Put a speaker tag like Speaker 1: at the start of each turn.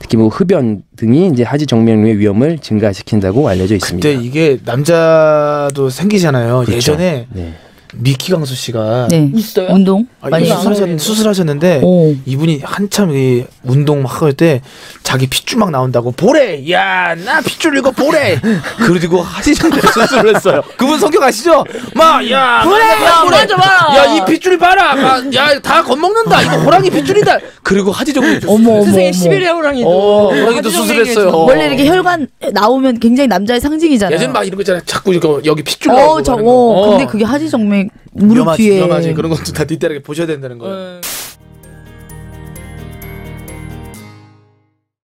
Speaker 1: 특히 뭐 흡연 등이 이제 하지 정맥류의 위험을 증가시킨다고 알려져 있습니다.
Speaker 2: 그때 이게 남자도 생기잖아요.
Speaker 1: 그렇죠.
Speaker 2: 예전에
Speaker 1: 네.
Speaker 2: 미키 강수 씨가
Speaker 3: 네.
Speaker 4: 아, 있어요?
Speaker 3: 운동.
Speaker 2: 아,
Speaker 4: 많이
Speaker 2: 수술하셨,
Speaker 4: 나오네요.
Speaker 2: 수술하셨는데
Speaker 3: 오.
Speaker 2: 이분이 한참 이 운동 막 할 때 자기 핏줄 막 나온다고 보래 야 나 핏줄 이거 보래 그리고 하시는데 수술을 했어요 그분 성격 아시죠 막야 보래
Speaker 4: 야, 맞아, 맞아.
Speaker 2: 야이 핏줄 봐라 야 다 겁먹는다 이거 호랑이 핏줄이다 그리고 하지정
Speaker 3: 어머 어머.
Speaker 4: 세상에
Speaker 3: 어머.
Speaker 4: 시베리아 호랑이도
Speaker 2: 어 호랑이도
Speaker 4: 하지정맥이
Speaker 2: 수술했어요
Speaker 3: 원래 이렇게 혈관 나오면 굉장히 남자의 상징이잖아요.
Speaker 2: 예전 막 이런 거 있잖아 자꾸 이거 여기 핏줄 나오고
Speaker 3: 어, 저,
Speaker 2: 하는 거.
Speaker 3: 어,
Speaker 2: 어.
Speaker 3: 근데 그게 하지정맥 무릎
Speaker 2: 위험하지, 그렇죠.
Speaker 3: 뒤에
Speaker 2: 위험하지. 그런 것도 다 뒷다리게 보셔야 된다는 거예요
Speaker 4: 어.